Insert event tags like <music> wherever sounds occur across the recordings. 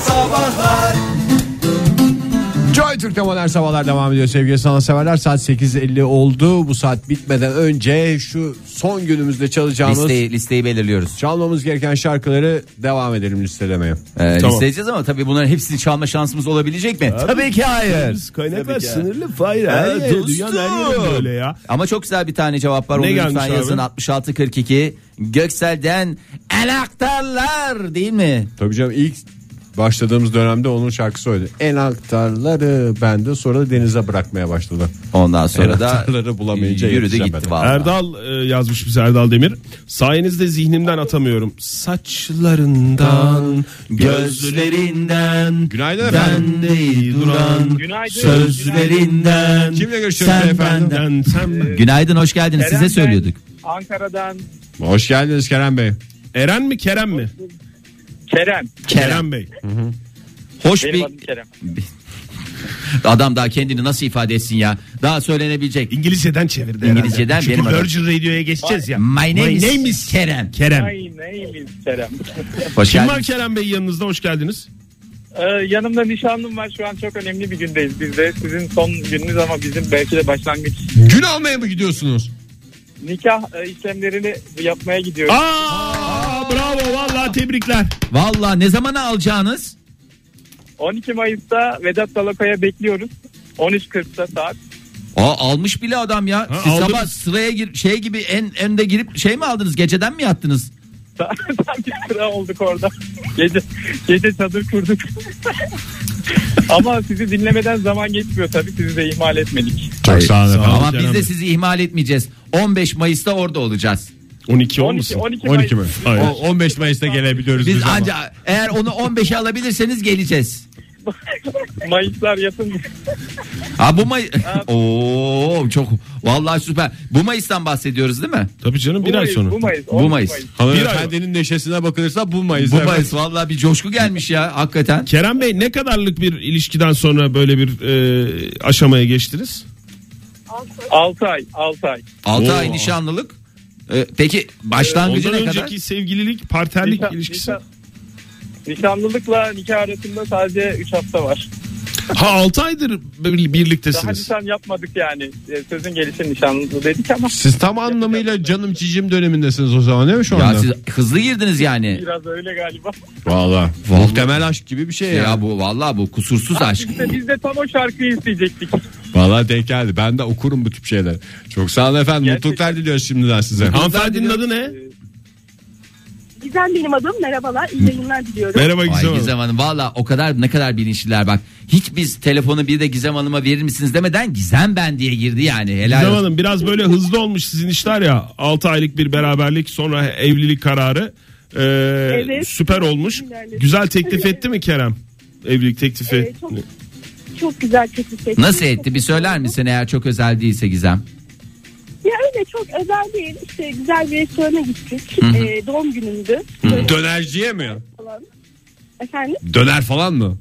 Sabahlar Joy Türk'te modern sabahlar devam ediyor sevgili sanatseverler. Saat 8.50 oldu. Bu saat bitmeden önce şu son günümüzde çalacağımız, Listeyi, listeyi belirliyoruz. çalmamız gereken şarkıları devam edelim listelemeye. Ee, Tamam. Listeyeceğiz ama tabii bunların hepsini çalma şansımız olabilecek mi? Tabii ki hayır. Biz Kaynak Tabii var ki. sınırlı Fahir. Her Ee, yere, dostum. dünyanın her yeri böyle ya. Ama çok güzel bir tane cevap var. Onu gelmiş lütfen abi? yazın 6642 Göksel'den anahtarlar değil mi? Tabii canım ilk başladığımız dönemde onun şarkısı oydu. En aktarları bende sonra da denize bırakmaya başladı. Ondan sonra da Anahtarları bulamayınca yürüdü yetişemedim. gitti vallahi. Erdal e, yazmış bize Erdal Demir. Sayenizde zihnimden atamıyorum. Saçlarından gözlerinden Günaydın efendim. değil duran Günaydın. sözlerinden Kimle görüşüyoruz sen efendim? benden- gözden sen ben. Günaydın hoş geldiniz Kerem size söylüyorduk. ben, Ankara'dan Hoş geldiniz Kerem Bey. Eren mi Kerem mi? Kerem. Kerem, Bey. Hoş Benim bir adım Kerem. adam daha kendini nasıl ifade etsin ya? Daha söylenebilecek. İngilizceden çevirdi İngilizceden herhalde. benim Çünkü adam. Virgin Radio'ya geçeceğiz ya. My name, is, Kerem. Kerem. Ay neyimiz Kerem. <laughs> Hoş Kim geldiniz. var Kerem Bey yanınızda hoş geldiniz. Ee, yanımda nişanlım var. Şu an çok önemli bir gündeyiz. Biz de sizin son gününüz ama bizim belki de başlangıç. Gün almaya mı gidiyorsunuz? Nikah e, işlemlerini yapmaya gidiyoruz. Aa, bravo vallahi tebrikler. Valla ne zamana alacağınız? 12 Mayıs'ta Vedat Dalakaya bekliyoruz. 13.40'ta saat. <laughs> Aa, almış bile adam ya. Ha, Siz aldınız. sabah sıraya gir şey gibi en önde girip şey mi aldınız? Geceden mi yattınız? Tam bir sıra olduk orada. <laughs> Gece, gece çadır kurduk. <laughs> ama sizi dinlemeden zaman geçmiyor tabii. Sizi de ihmal etmedik. <laughs> Çok sağ olun efendim. Ama Canım biz de benim. sizi ihmal etmeyeceğiz. 15 Mayıs'ta orada olacağız. 12 olmasın? 12, 12, 12 mi? Mayıs. Hayır. O- 15 Mayıs'ta gelebiliyoruz Biz biz ama. ancak eğer onu 15'e alabilirseniz geleceğiz. Mayıslar yakın. Ha bu May Oo çok vallahi süper. Bu Mayıs'tan bahsediyoruz değil mi? Tabii canım bir Bu ay Mayıs, sonra. Bu Mayıs. Bu 12 Mayıs. Hanımefendinin neşesine bakılırsa bu Mayıs. Bu evet. Mayıs vallahi bir coşku gelmiş ya hakikaten. Kerem Bey ne kadarlık bir ilişkiden sonra böyle bir e, aşamaya geçtiniz? 6 ay, 6 ay. 6 ay Oo. nişanlılık. Ee, peki başlangıcı Ondan ne önceki kadar? sevgililik, parterlik Nişan- ilişkisi. nişan- Nişanlılıkla nikah arasında sadece 3 hafta var. Ha 6 aydır bir- Daha birliktesiniz. nişan yapmadık yani. Ee, Sözün gelişi nişanlı dedik ama <laughs> Siz tam anlamıyla canım cicim dönemindesiniz o zaman değil mi şu Ya anda? siz hızlı girdiniz yani. biraz öyle galiba. Valla. Muhtemel aşk gibi bir şey ya. Ya bu vallahi bu kusursuz aşk. Biz de, biz de tam o şarkıyı isteyecektik. Valla denk geldi. Ben de okurum bu tip şeyler. Çok sağ olun efendim. Gerçekten. Mutluluklar diliyoruz şimdiden size. Hanımefendinin adı ne? Ee, Gizem benim adım. Merhabalar. iyi yayınlar diliyorum. Merhaba Ay Gizem Hanım. Gizem Hanım valla o kadar ne kadar bilinçliler bak. Hiç biz telefonu bir de Gizem Hanım'a verir misiniz demeden Gizem ben diye girdi yani. Helal Gizem olsun. Hanım biraz böyle hızlı olmuş sizin işler ya. 6 aylık bir beraberlik sonra evlilik kararı. Ee, Evet. Süper olmuş. İlerledim. Güzel teklif etti mi Kerem? Evlilik teklifi. Ee, çok, çok güzel teklif etti. Nasıl Çok etti bir güzel söyler oldu. misin eğer çok özel değilse Gizem? Ya öyle çok özel değil. İşte güzel bir restorana gittik. Hı hı. Ee, doğum günümdü. Dönerciye mi? Falan. Efendim? Döner falan mı?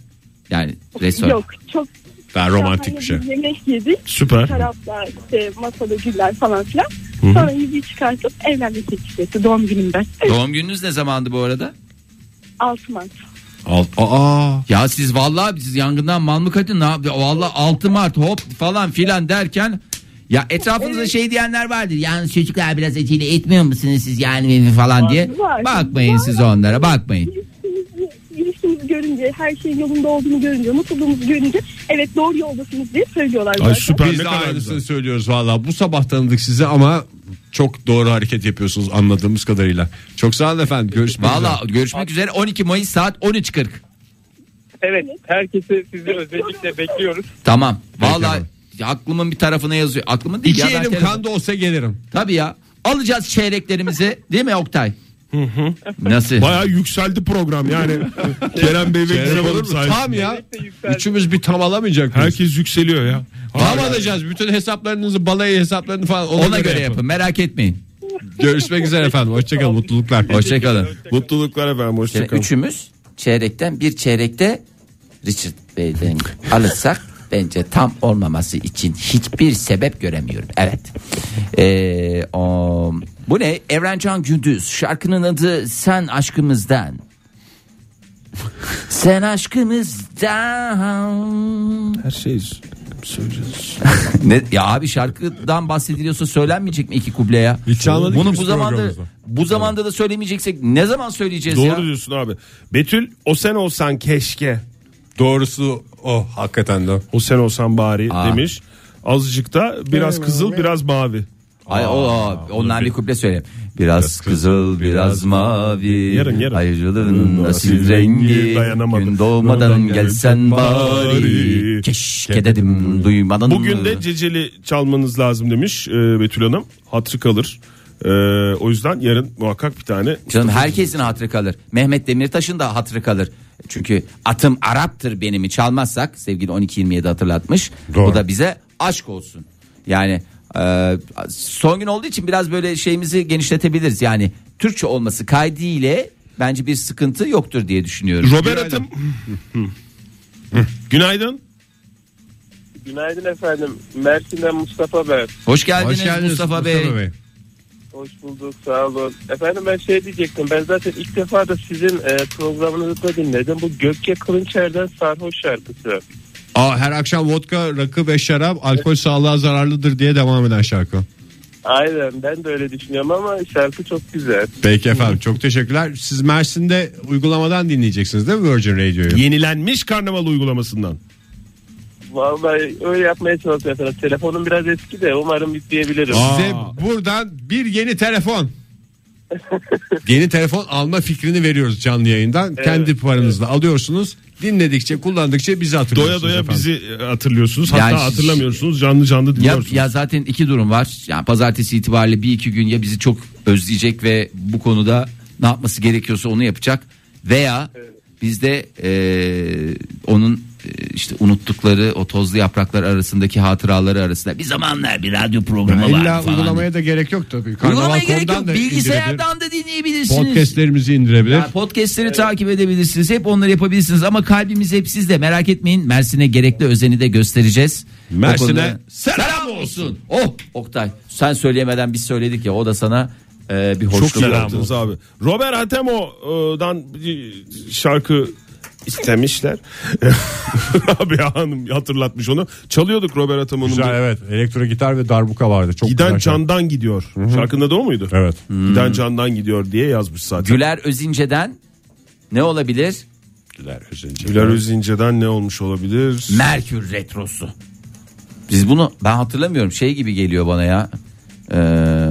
Yani restoran. Yok. Çok Daha romantik bir şey. şahane Yemek yedik. Süper. Tarafta işte masada güller falan filan. Sonra yüzüğü çıkartıp evlenme teklif etti doğum günümde. Doğum gününüz ne zamandı bu arada? 6 Mart. Al, aa. Ya siz valla siz yangından mal mı kaçın? Ne yap- Valla 6 Mart hop falan filan derken ya etrafınızda şey diyenler vardır. Yani çocuklar biraz acele etmiyor musunuz siz yani falan diye. var. Bakmayın Var. siz onlara bakmayın. İlişkimizi- ilişkimizi görünce, her şeyin yolunda olduğunu görünce, mutluluğumuzu görünce evet doğru yoldasınız diye söylüyorlar Ay zaten. süper Biz ne de kadar aynısını güzel. söylüyoruz valla. Bu sabah tanıdık sizi ama çok doğru hareket yapıyorsunuz anladığımız kadarıyla. Çok sağ olun efendim. Görüşmek üzere. Valla görüşmek üzere 12 Mayıs saat 13.40. Evet, herkesi sizi özellikle bekliyoruz. Tamam. Valla efendim. aklımın bir tarafına yazıyor. Aklımın değil İki ya, ben elim telefon- kanda olsa gelirim. Tabii ya. Alacağız çeyreklerimizi değil mi Oktay? Nasıl? Baya yükseldi <laughs> program yani. Kerem Bey ve Çeyrek Gizem olur Hanım mu? sayesinde. Tam ya. Birlikte yükseldik. Üçümüz bir tam alamayacak mıyız? Herkes yükseliyor ya. Tam alacağız. Bütün hesaplarınızı, balayı hesaplarını falan ona, Ona göre, göre yapın. yapın merak etmeyin. Görüşmek üzere efendim. Hoşçakalın. Mutluluklar. Hoşçakalın. Mutluluklar efendim Yani hoşçakalın. üçümüz çeyrekten bir çeyrekte Richard Bey'den alırsak bence tam olmaması için hiçbir sebep göremiyorum. Evet. Ee, o, bu ne? Evrencan Gündüz şarkının adı Sen Aşkımızdan. Sen aşkımızdan Her şey söyleyeceğiz. ne, ya abi şarkıdan bahsediliyorsa söylenmeyecek mi iki kuble ya? Hiç çalmadık Bunu ki bu biz zamanda programımızda. bu zamanda da söylemeyeceksek ne zaman söyleyeceğiz Doğru ya? diyorsun abi. Betül o sen olsan keşke. Doğrusu o hakikaten de. O sen olsan bari demiş. Azıcık da biraz kızıl biraz mavi. Ay, o, o, ondan bir kuple söyleyeyim. Biraz, kızıl, biraz mavi. Yarın, yarın. Ayrılığın asil Hmm, asil rengi. rengi, dayanamadım. Gün doğmadan Doğmadan gelsen gelsen bari. bari. Hmm. Keşke dedim duymadan. Bugün de ceceli çalmanız lazım demiş e, Betül Hanım. Hatırı kalır. E, o yüzden yarın muhakkak bir tane Canım herkesin hatırı kalır. Mehmet Demirtaş'ın da hatırı kalır. Çünkü atım Arap'tır benimi çalmazsak sevgili 1227 hatırlatmış. Bu da bize aşk olsun. Yani e, son gün olduğu için biraz böyle şeyimizi genişletebiliriz. Yani Türkçe olması kaydıyla bence bir sıkıntı yoktur diye düşünüyorum. Robert Atım. Günaydın. Günaydın efendim. Mersin'den Mustafa ben. Hoş geldiniz, Mustafa, Bey. Hoş bulduk sağ olun. Efendim ben şey diyecektim. Ben zaten ilk defa da sizin e, programınızda dinledim. Bu Gökçe Kılınçer'den Sarhoş şarkısı. Aa, her akşam vodka, rakı ve şarap alkol sağlığa zararlıdır diye devam eden şarkı. Aynen ben de öyle düşünüyorum ama şarkı çok güzel. Peki efendim çok teşekkürler. Siz Mersin'de uygulamadan dinleyeceksiniz değil mi Virgin Radio'yu? Yenilenmiş karnaval uygulamasından. Vallahi öyle yapmaya çalışıyorum efendim. Telefonum biraz eski de umarım yükleyebilirim. Size buradan bir yeni telefon. yeni telefon alma fikrini veriyoruz canlı yayından. Kendi paranızla alıyorsunuz. Dinledikçe, kullandıkça bizi Doya hatırlıyorsunuz doya efendim. bizi e, hatırlıyorsunuz. Hatta Yani- hatırlamıyorsunuz. Canlı canlı Ya, dinliyorsunuz. ya zaten iki durum var. Yani pazartesi itibariyle bir iki gün ya bizi çok özleyecek ve bu konuda ne yapması gerekiyorsa onu yapacak veya biz de eee, onun eee, işte unuttukları o tozlu yapraklar arasındaki hatıraları arasında bir zamanlar bir radyo programı var İlla falan. uygulamaya da gerek yok tabii. Uygulamaya Karnaval.com'dan gerek yok. da indirebilir. Bilgisayardan da dinleyebilirsiniz. Podcastlerimizi indirebilir. Ya podcastleri takip edebilirsiniz. Hep onları yapabilirsiniz ama kalbimiz hep sizde. Merak etmeyin. Mersin'e gerekli özeni de göstereceğiz. O Mersin'e konuda- selam selam olsun. Oh Oktay sen söyleyemeden biz söyledik ya o da sana e, bir hoşluk Çok iyi oldu. yaptınız abi. Robert Hatemo'dan bir şarkı istemişler. <laughs> abi ya hanım hatırlatmış onu. Çalıyorduk Robert Hatemo'nun. Güzel bir- evet. Elektro gitar ve darbuka vardı. Çok Giden güzel şarkı. candan gidiyor. Şarkında da o muydu? Evet. Giden candan gidiyor diye yazmış zaten. Güler Özince'den ne olabilir? Güler Özince'den ne olmuş olabilir? Merkür Retrosu. Biz bunu ben hatırlamıyorum şey gibi geliyor bana ya. Ee,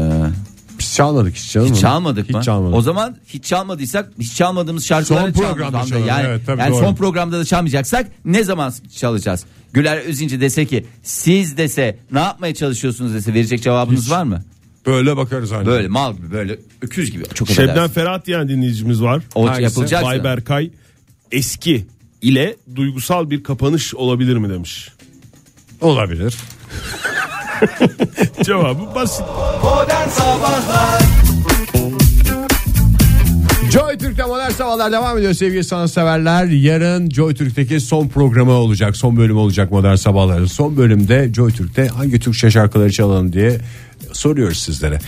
Biz çalmadık hiç çalmadık. Hiç çalmadık hiç mı? Çalmadık. O zaman hiç çalmadıysak hiç çalmadığımız şarkıları Son çalmıyoruz programda Hamdi. çalalım, Yani, evet, tabii yani doğru. son programda da çalmayacaksak ne zaman çalacağız? Güler Özinci dese ki siz dese ne yapmaya çalışıyorsunuz dese verecek cevabınız var mı? böyle bakarız hani. Böyle mal gibi böyle öküz gibi çok Şebnem affedersin. Ferhat diyen dinleyicimiz var. O Hangisi? yapılacak. Bay Berkay eski ile duygusal bir kapanış olabilir mi demiş. Olabilir. Cevabı basit. Joy Türk'te modern sabahlar devam ediyor sevgili sanatseverler. Yarın Joy Türk'teki son programı olacak. Son bölümü olacak modern sabahların. Son bölümde Joy Türk'te hangi Türkçe şarkıları çalalım diye soruyoruz sizlere.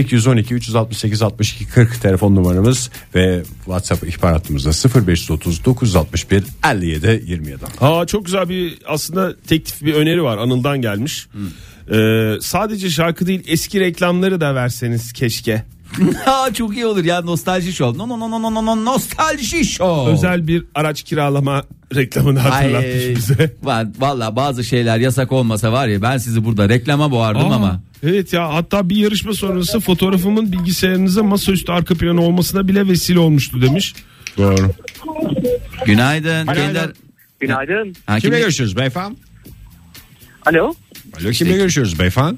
0212 368 62 40 telefon numaramız ve WhatsApp ihbar hattımızda 0530 961 57 27. Ha çok güzel bir aslında teklif bir öneri var Anıl'dan gelmiş. Ee, sadece şarkı değil eski reklamları da verseniz keşke. <laughs> Ha, çok iyi olur ya nostalji show. No no no no no no no nostalji show. Özel bir araç kiralama reklamını Ay, <laughs> hatırlatmış bize. va- Valla bazı şeyler yasak olmasa var ya ben sizi burada reklama boğardım Aa, ama. Evet ya hatta bir yarışma sonrası fotoğrafımın bilgisayarınıza masaüstü arka planı olmasına bile vesile olmuştu demiş. Doğru. Günaydın. Gönder- Günaydın. Ha, Kimle kimle- görüşüyoruz beyefendi? Alo. Alo kimle görüşüyoruz beyefendi?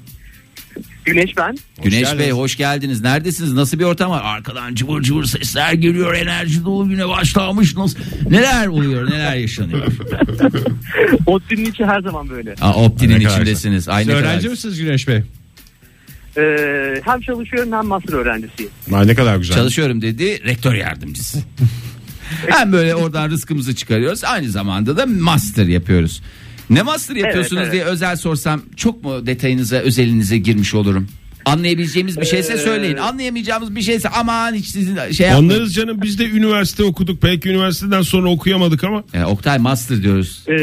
Güneş ben. Güneş geldiniz. Bey hoş geldiniz. Neredesiniz? Nasıl bir ortam var? Arkadan cıvır cıvır sesler geliyor. Enerji dolu güne başlamış. Nasıl? Neler oluyor? Neler <laughs> yaşanıyor? Ottin'in içi her zaman böyle. Aa, Optin'in Ne kadar içindesiniz. Aynı Siz öğrenci kadar. misiniz Güneş Bey? E, Ee, hem çalışıyorum hem master öğrencisiyim. Ay, ne kadar güzel. Çalışıyorum dedi rektör yardımcısı. Hem böyle oradan rızkımızı çıkarıyoruz. Aynı zamanda da master yapıyoruz. Ne master yapıyorsunuz evet. diye özel sorsam çok mu detayınıza özelinize girmiş olurum? Anlayabileceğimiz bir şeyse Ee, söyleyin. Anlayamayacağımız bir şeyse aman hiç sizin şey yapmayın. Anlarız canım biz de üniversite okuduk. Belki üniversiteden sonra okuyamadık ama E, Oktay master diyoruz. Ee,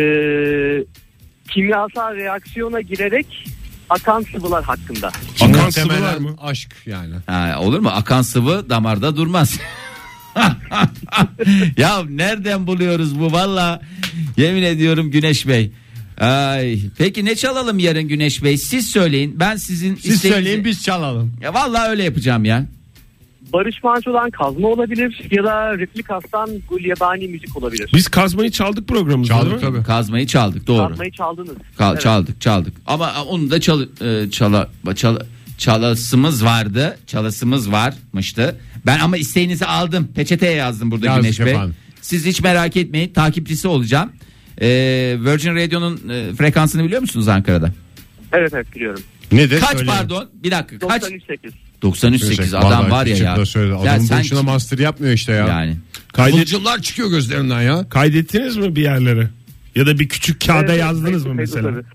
kimyasal reaksiyona girerek akan sıvılar hakkında. akan sıvılar mı? Aşk yani. Ha, olur mu? Akan sıvı damarda durmaz. <laughs> ya nereden buluyoruz bu valla? Yemin ediyorum Güneş Bey. Ay, peki ne çalalım yarın Güneş Bey? Siz söyleyin. Ben sizin Siz söyleyin biz çalalım. Ya vallahi öyle yapacağım ya. Barış Manço'dan kazma olabilir ya da Replikas'tan Gulyabani müzik olabilir. Biz kazmayı çaldık programımızda Çaldık değil mi? tabii. Kazmayı çaldık doğru. Kazmayı çaldınız. Ka- Evet. Çaldık çaldık. Ama onu da çal e, çala çala- çalasımız vardı. Çalasımız varmıştı. Ben ama isteğinizi aldım. Peçeteye yazdım burada Yazdık Güneş Bey. efendim. Siz hiç merak etmeyin. Takipçisi olacağım. E, Virgin Radio'nun e, frekansını biliyor musunuz Ankara'da? Evet evet biliyorum. Nedir? Kaç Söyleyin. pardon? Bir dakika. Kaç? 98. 938 Vallahi adam var ya küçük ya. de söyledi. Ya Adamın sen boşuna kim- master yapmıyor işte ya. yani. Kaydet, Kıvılcımlar çıkıyor gözlerinden ya. kaydettiniz mi bir yerlere? Ya da bir küçük kağıda Evet, yazdınız evet, mı evet, mesela? evet.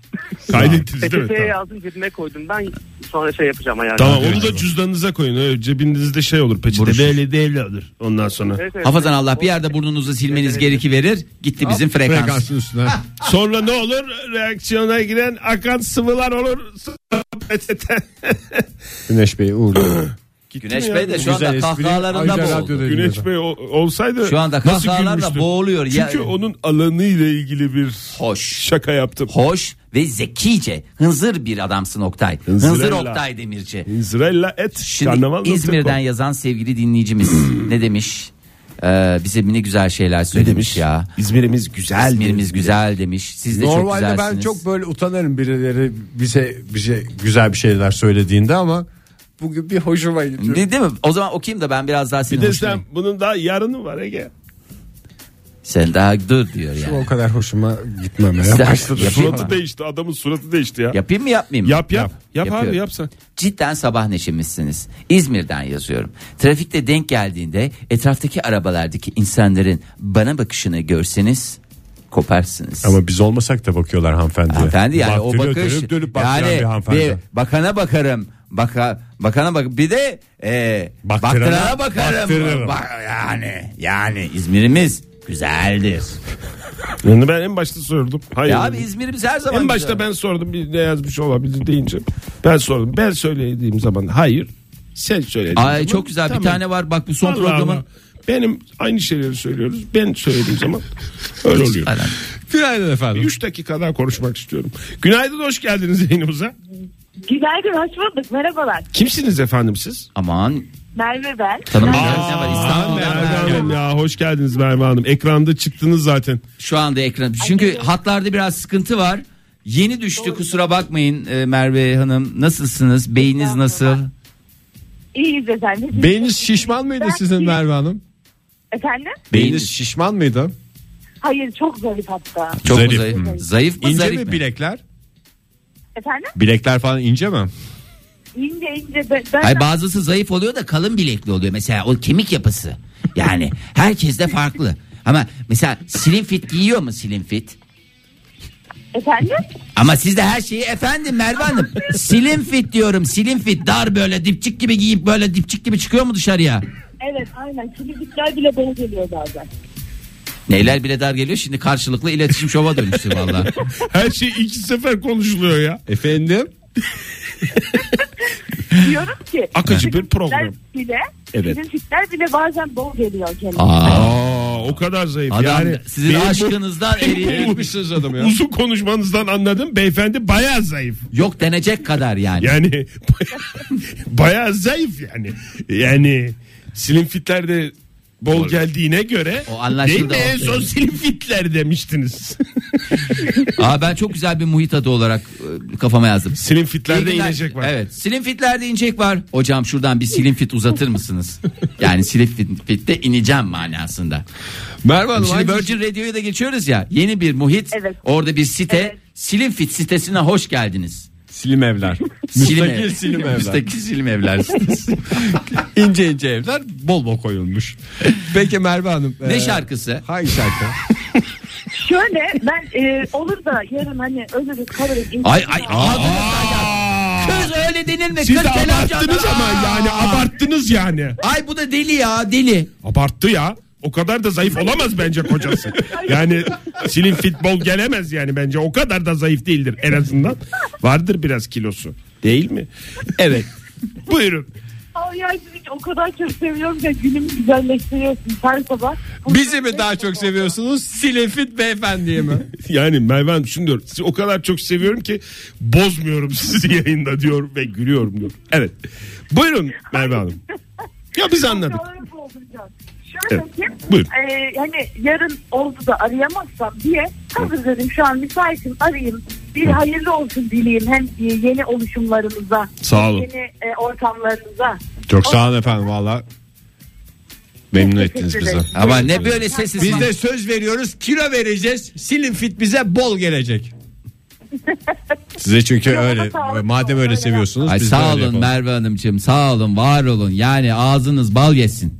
Kaydettiniz değil mi? Tamam. Peçeteye yazdım cebime koydum ben sonra şey yapacağım ayarını. Tamam onu Arkadaşlar. da cüzdanınıza koyin. Öyle cebinizde şey olur peçete. Buruşur. Böyle devre olur. Ondan sonra. Evet, evet. Hafazan Allah bir yerde burnunuzu silmeniz gerekiverir. Gitti bizim frekans. Frekansın üstüne. Sonra ne olur? Reaksiyona giren akan sıvılar olur. Sonra <laughs> Peçete. Güneş Bey uğurlu. Güneş mi ya? Bey de şu Güzel anda espri. kahkahalarında Ayrıca boğuldu. radyoda Güneş Bey o- olsaydı Şu anda nasıl kahkahalarla gülmüştüm? boğuluyor. Ya- Çünkü onun alanıyla ilgili bir Hoş. şaka yaptım. hoş ve zekice hınzır bir adamsın Oktay. Hınzırella. Hınzır Oktay Demirci. İzrail'la et. Şimdi Karnaval nokta İzmir'den com. yazan sevgili dinleyicimiz Hmm. ne demiş? Ee, bize ne güzel şeyler söylemiş ya. İzmir'imiz güzel. İzmir'imiz güzel demiş. Siz de çok Normalde güzelsiniz. ben çok böyle utanırım birileri bize bize güzel bir şeyler söylediğinde ama bugün bir hoşuma gidiyor. Değil, değil mi? O zaman okuyayım da ben biraz daha Bir senin de hoşuna- sen bunun daha yarını var Ege. Sen daha dur diyor yani. O kadar hoşuma gitmemeye Sen- başladı. yapayım, Suratı mı? değişti. Adamın suratı değişti ya. Yap yapayım mı yapmayayım mı? yap. Yap, abi Yapıyorum. yapsan. Cidden sabah neşemizsiniz. İzmir'den yazıyorum. Trafikte denk geldiğinde etraftaki arabalardaki insanların bana bakışını görseniz koparsınız. Ama biz olmasak da bakıyorlar hanımefendiye. Hanımefendi yani o Baktırıyor, bakış Dönüp dönüp baktıran yani bir hanımefendi. bakana bakarım. Baka, bakana bak bir de e, Baktırana- baktırana bakarım. baktırırım. Bak- yani yani İzmir'imiz güzeldir. Yani ben en başta sordum. Hayır. Ya abi İzmir'imiz her zaman en başta güzel. ben sordum bir ne yazmış olabilir deyince. Ben sordum. Ben söylediğim zaman hayır. Sen söylediğin Ay zaman çok güzel tamam. bir tane var bak bu son Allah programın. Allah. Benim aynı şeyleri söylüyoruz. Ben söylediğim <laughs> zaman öyle oluyor. Aynen. Günaydın efendim. 3 dakika daha konuşmak istiyorum. Günaydın hoş geldiniz yayınımıza. Günaydın, hoş bulduk. Merhabalar. Kimsiniz efendim siz? Aman Merve ben. tanımayacağınız ne var İstanbul'dan Merve var. Hanım ya hoş geldiniz Merve Hanım. Ekranda çıktınız zaten. Şu anda ekran. Çünkü hatlarda biraz sıkıntı var. Yeni düştü kusura bakmayın e, Merve Hanım. Nasılsınız? Beyniniz nasıl? İyiyiz efendim. Siz- Beyniniz şişman mıydı Ben- sizin Merve Hanım? Efendim? Beyniniz şişman mıydı? Hayır, çok zarif hatta. çok mu Zarif. zayıf. Hmm. Zayıf mı İnce zarif mi mi? bilekler? Efendim? Bilekler falan ince mi? İnce ince. Ben, ben Ay bazısı zayıf oluyor da kalın bilekli oluyor mesela o kemik yapısı. Yani herkes de farklı. Ama mesela slim fit giyiyor mu slim fit? efendim? Ama siz de her şeyi efendim Merve Hanım. Slim fit diyorum slim fit dar böyle dipçik gibi giyip böyle dipçik gibi çıkıyor mu dışarıya? Evet, aynen. Kilidikler bile bol geliyor bazen. Neyler bile dar geliyor şimdi karşılıklı iletişim şova dönüştü valla. Her şey iki sefer konuşuluyor ya. Efendim? Diyorum ki. Akıcı sizin bir program. fitler Bile, Evet. Sizin fitler bile bazen bol geliyor kendine. Aa, Aa, o kadar zayıf adam yani. sizin benim bu aşkınızdan <laughs> eriyor. Yapmışsınız adam ya. Uzun konuşmanızdan anladım. Beyefendi bayağı zayıf. Yok denecek kadar yani. Yani <laughs> bayağı zayıf yani. Yani slim fitlerde bol geldiğine göre O anlaşıldı değil mi o. en son slim fitler demiştiniz. Aa, ben çok güzel bir muhit adı olarak e, kafama yazdım. slim İyi fitlerde günler. inecek var. Evet. Slim fitlerde inecek var. Hocam şuradan bir slim fit uzatır mısınız? yani slim fit, fitte ineceğim manasında. Merve Hanım Şimdi hangi- Virgin Radio'ya da geçiyoruz ya. Yeni bir muhit. Evet. Orada bir site. Evet. Slim fit sitesine hoş geldiniz. Silim <laughs> evler. Slim Müstakil ev. silim evler. Müstakil slim evler <laughs> sitesi. ince ince evler bol bol koyulmuş. Peki Merve Hanım. ne e, şarkısı? Hangi şarkı? Şöyle ben e, olur da yarın hani ölürüz kalırız. Ay ay İnsanlar- ağzınızdan geldi. Kız öyle öyle denir mi? Siz de Kırk kere abarttınız hocam. ama Aa! yani abarttınız yani. Ay bu da deli ya deli. Abarttı ya. O kadar da zayıf olamaz bence kocası. Yani silin futbol gelemez yani bence. O kadar da zayıf değildir en azından. Vardır biraz kilosu. Değil mi? Evet. Buyurun. Ay ya sizi o kadar çok seviyorum ki günümü güzelleştiriyorsunuz her sabah. Bizi mi daha çok seviyorsunuz? Silifit beyefendiyi mi? Yani Merve Hanım şunu diyor. Sizi o kadar çok seviyorum ki bozmuyorum sizi yayında diyor ve gülüyorum diyor. Evet. Buyurun Merve Hanım. Ya biz anladık. Çağrı dolduracağız. Şöyle Evet, ki buyurun. e, hani yarın oldu da arayamazsam diye hazır dedim şu an müsaitim arayayım. Bir hayırlı olsun dileyim hem e, yeni oluşumlarınıza. Sağ olun. Yeni e, ortamlarınıza. Çok sağ olun efendim valla. Memnun ettiniz Teşekkür bizi. ederim. Ama ne böyle sessiz. Biz de söz veriyoruz kilo vereceğiz. Silin fit bize bol gelecek. Size çünkü öyle sağ olun. Hani madem öyle Öyle seviyorsunuz Ay biz de sağ öyle olun yapalım. Merve Hanımcığım sağ olun var olun. Yani ağzınız bal yesin.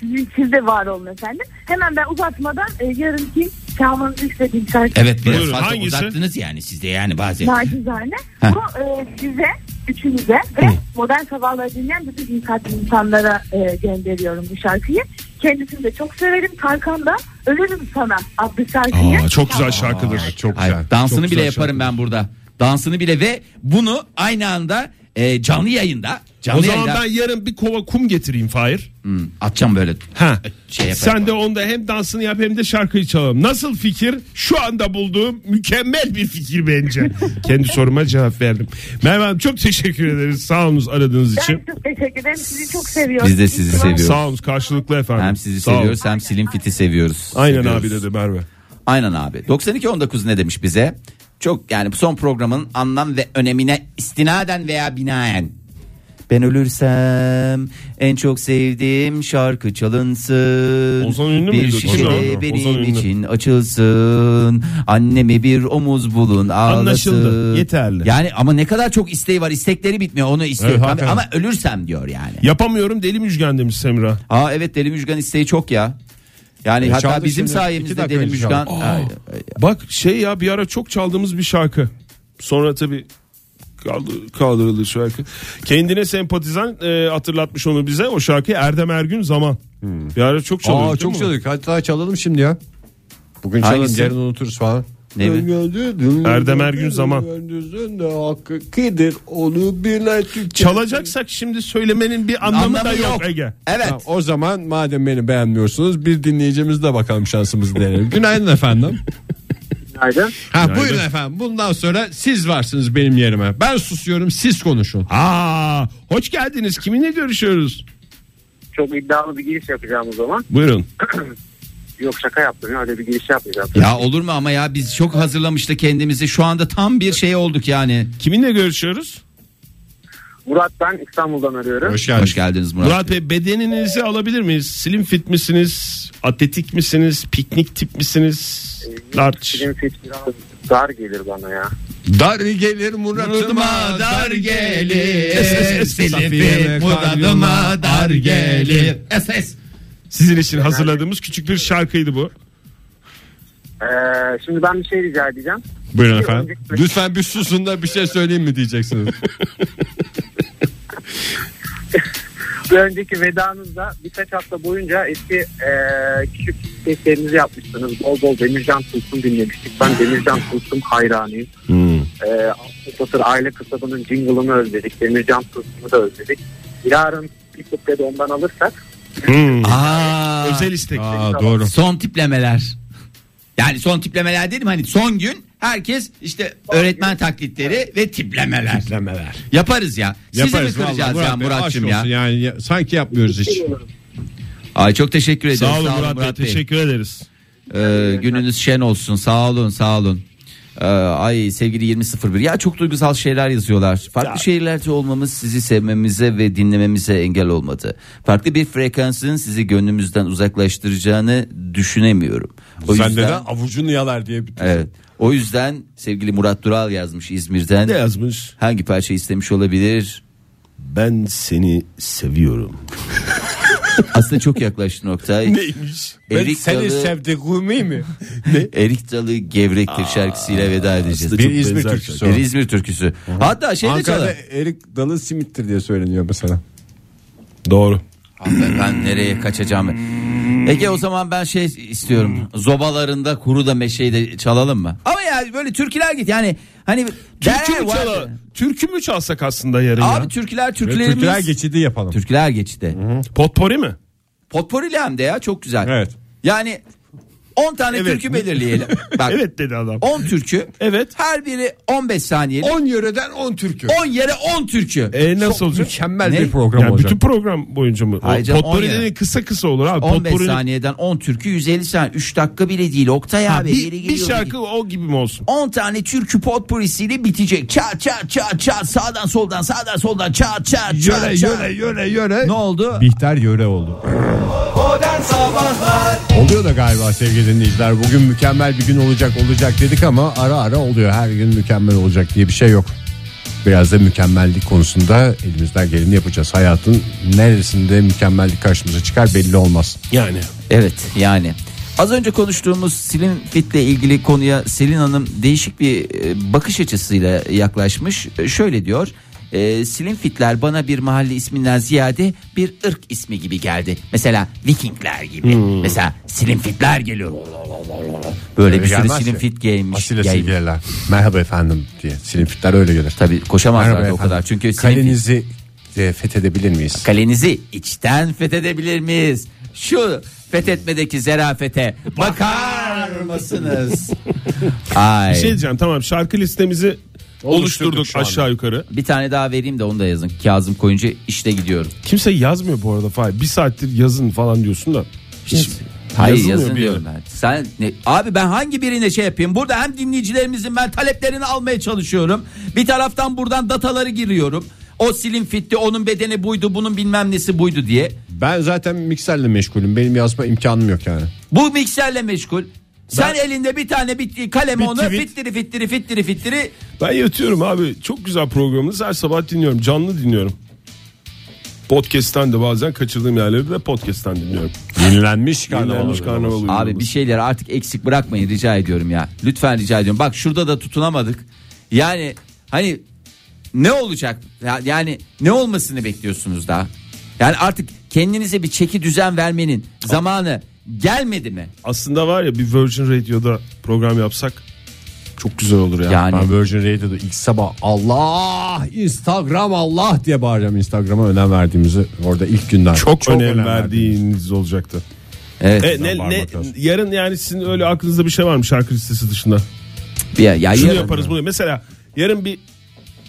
Sizin- Siz de var olun efendim. Hemen ben uzatmadan e, yarınki çalmanızı istediğim şarkı. Evet biraz Buyurun, fazla hangisi? uzattınız yani siz de yani bazen. Nacizane. Bu e, size, üçünüze ve modern sabahları dinleyen bütün dikkatli insanlara e, gönderiyorum bu şarkıyı. Kendisini de çok severim. Tarkan da Ölürüm Sana adlı şarkıyı. Aa, çok güzel şarkıdır. Çok Ay, güzel. dansını Çok bile güzel yaparım şarkı. ben burada. Dansını bile ve bunu aynı anda e, canlı yayında canlı o zaman yayında ben yarın bir kova kum getireyim Fahir. Hmm, atacağım böyle. Ha. Şey yaparım. Sen de onda hem dansını yap hem de şarkıyı çalalım. Nasıl fikir? Şu anda bulduğum mükemmel bir <laughs> fikir bence. Kendi soruma cevap verdim. Merve Hanım çok teşekkür ederiz. Sağ olunuz aradığınız için. Ben çok teşekkür ederim. Sizi çok seviyorum. Biz de sizi İyi ki var- seviyoruz. Sağ olunuz karşılıklı efendim. Hem sizi Sağ olun. seviyoruz hem Slim Fit'i seviyoruz. Aynen Seviyoruz. abi dedi Merve. Aynen abi. 92 19 ne demiş bize? Çok yani son programın anlam ve önemine istinaden veya binaen. Ben ölürsem en çok sevdiğim şarkı çalınsın. Ozan Ünlü bir müydü? şişe Ozan de Ünlü. benim Ozan Ünlü. için açılsın. Anneme bir omuz bulun ağlasın. Anlaşıldı, yeterli. Yani ama ne kadar çok isteği var. istekleri bitmiyor. Onu istiyor. Evet, Tabii hakikaten. ama ölürsem diyor yani. Yapamıyorum deli müjgan demiş Semra. Aa evet Deli Müjgan isteği çok ya. E, Yani hatta çaldı bizim şimdi. İki sayemizde dakika Deli önce Müjgan. çaldı. Ay, Bak şey ya bir ara çok çaldığımız bir şarkı. Sonra tabi kaldırıldı şarkı. Kendine sempatizan e, hatırlatmış onu bize. O şarkı Erdem Ergün Zaman. Bir ara çok çalıyorduk. Aa, değil çok mi? çalıyorduk. Hatta çalalım şimdi ya. Bugün çalalım Hangisi? yarın unuturuz falan. Ne mi? Erdem Ergün Zaman. Hakkıdır onu bile Türkçe. Çalacaksak şimdi söylemenin bir anlamı, da yok, Ege. Evet. Tamam, o zaman madem beni beğenmiyorsunuz bir dinleyicimiz de bakalım şansımızı deneyelim. Günaydın efendim. Günaydın. Ha buyurun efendim. Bundan sonra siz varsınız benim yerime. Ben susuyorum siz konuşun. Aa, hoş geldiniz. Kiminle görüşüyoruz? Çok iddialı bir giriş yapacağım o zaman. Buyurun. Yok şaka yaptım ya öyle bir giriş yapmayacağım. Ya olur mu ama ya biz çok hazırlamıştık kendimizi. Şu anda tam bir şey olduk yani. Kiminle görüşüyoruz? Murat ben İstanbul'dan arıyorum. Hoş geldiniz. Hoş geldiniz Murat. Murat Bey bedeninizi alabilir miyiz? Slim fit misiniz? Atletik misiniz? Piknik tip misiniz? Large. Sizin fit biraz dar gelir bana ya. Dar gelir Muratıma dar gelir. Safiye'me kalbime dar gelir. Ses. Sizin için hazırladığımız küçük bir şarkıydı bu. Ee, şimdi ben bir şey rica edeceğim. Buyurun efendim. Lütfen bir susun da bir şey söyleyeyim mi <laughs> diyeceksiniz. Bir önceki vedanızda birkaç hafta boyunca eski ee, küçük seslerinizi yapmıştınız. Bol bol Demircan Tulsun dinlemiştik. Ben Demircan Tulsun hayranıyım. Ee, Aslı Satır Aile Kasabı'nın jingle'ını özledik. Demircan Tulsun'u da özledik. Yarın bir kuple de ondan alırsak Aa, Özel istek. Aa, doğru. son tiplemeler. Yani son tiplemeler dedim hani son gün herkes işte öğretmen taklitleri ve tiplemeler. Demeler. Yaparız ya. Sizi Yaparız mi vallahi kıracağız ya Murat Bey, Murat'cığım aşk ya? olsun Yani ya- sanki yapmıyoruz hiç. Ay çok teşekkür ediyorum. Sağ olun Murat Bey. Teşekkür ederiz. Ee, gününüz şen olsun. Sağ olun, sağ olun. Ee, ay sevgili 2001 ya çok duygusal şeyler yazıyorlar. Farklı şehirlerde olmamız sizi sevmemize ve dinlememize engel olmadı. Farklı bir frekansın sizi gönlümüzden uzaklaştıracağını düşünemiyorum. O Sen yüzden neden avucunu yalar diye bitir. Evet. O yüzden sevgili Murat Dural yazmış İzmir'den. Ne yazmış? Hangi parça istemiş olabilir? Ben seni seviyorum. Aslında çok yaklaştı nokta. Neymiş? Erik Seni Dalı, sevdiğimi mi? Erik Dalı Gevrektir şarkısıyla veda edeceğiz. Bir İzmir benzer türküsü. Bir o. İzmir türküsü. Hatta şey de Ankara'da çalar. erik dalı simittir diye söyleniyor mesela. Doğru. Abi Ah ben nereye kaçacağımı. Ege o zaman ben şey istiyorum. Zobalarında kuru da meşeyi de çalalım mı? Ama ya böyle türküler git yani hani Türkü mü, Der var- çala, türkü mü çalsak aslında yarın Abi ya? türküler türkülerimiz. Kültürel geçidi yapalım. Türküler geçti. Potpori mi? Potpourri'li hem de ya çok güzel. Evet. Yani 10 tane Evet. türkü <laughs> belirleyelim. Bak Evet dedi adam. 10 türkü. Evet. Her biri 15 saniyelik. 10 yöreden 10 türkü. 10 yere 10 türkü. E nasıl olacak? Mükemmel Ne? bir program Yani olacak. bütün program boyunca mı? Hayır canım, Potpori on ya. dediğin kısa kısa olur abi. 15 Potpori saniyeden 10 türkü 150 saniye 3 dakika bile değil Oktay abi. bir, Yeri bir geliyor, şarkı o gibi mi olsun? 10 tane türkü potpourrisiyle bitecek. Çat çat çat çat sağdan soldan sağdan soldan çat çat çat çat. yöre yöre. Ne oldu? Bihter yöre oldu. Oluyor da galiba sevgili dinleyiciler. Bugün mükemmel bir gün olacak olacak dedik ama ara ara oluyor. Her gün mükemmel olacak diye bir şey yok. Biraz da mükemmellik konusunda elimizden geleni yapacağız. Hayatın neresinde mükemmellik karşımıza çıkar belli olmaz. Yani. Evet yani. Az önce konuştuğumuz Selin Fit'le ilgili konuya Selin Hanım değişik bir e, bakış açısıyla yaklaşmış. E, Şöyle diyor. E, Selin Fit'ler bana bir mahalle isminden ziyade bir ırk ismi gibi geldi. Mesela Vikingler gibi. Hmm. Mesela Selin Fit'ler geliyor. Böyle bir sürü gelmez Selin ki. Fit giymiş. Asile yaymış. sevgililer. Merhaba efendim diye. Silinfitler öyle gelir. Tabii koşamazlar Merhaba o kadar. efendim. Çünkü Selin Fit- kalenizi e, fethedebilir miyiz? Kalenizi içten fethedebilir miyiz? Şu fethetmedeki zerafete bakar <laughs> mısınız? Ay. Bir şey diyeceğim tamam şarkı listemizi Oluşturduk oluşturduk şu anda. aşağı yukarı. Bir tane daha vereyim de onu da yazın. Kazım Koyuncu işte gidiyorum. Kimse yazmıyor bu arada Fahir. Bir saattir yazın falan diyorsun da. Hiç Hayır yazılmıyor yazın bir diyorum yere. ben. Sen ne- abi ben hangi birine şey yapayım? Burada hem dinleyicilerimizin ben taleplerini almaya çalışıyorum. Bir taraftan buradan dataları giriyorum. O silin fitti, onun bedeni buydu, bunun bilmem nesi buydu diye. Ben zaten mikserle meşgulüm. Benim yazma imkanım yok yani. Bu mikserle meşgul. Sen elinde bir tane bir kalem Bir onu tweet. fittiri fittiri fittiri fittiri Ben yatıyorum abi. Çok güzel programınız. Her sabah dinliyorum. Canlı dinliyorum. Podcast'ten de bazen kaçırdığım yerleri de podcast'ten dinliyorum. Yenilenmiş Yenilenmiş karnaval uygulaması. Abi bir şeyler artık eksik bırakmayın rica ediyorum ya. Lütfen rica ediyorum. Bak şurada da tutunamadık. Yani hani ne olacak? Ya- Yani ne olmasını bekliyorsunuz daha? Yani artık kendinize bir çeki düzen vermenin zamanı gelmedi mi? Aslında var ya bir Virgin Radio'da program yapsak çok güzel olur ya. Yani Ben Virgin Radio'da ilk sabah Allah Instagram Allah diye bağıracağım Instagram'a önem verdiğimizi orada ilk günden Çok, önem, verdiğimiz. verdiğiniz olacaktı. evet. E, ne, bağırmak ne, lazım. yarın yani sizin öyle aklınızda bir şey var mı şarkı listesi dışında? Ya, ya, Şunu yarın- yaparız bunu. Mesela yarın bir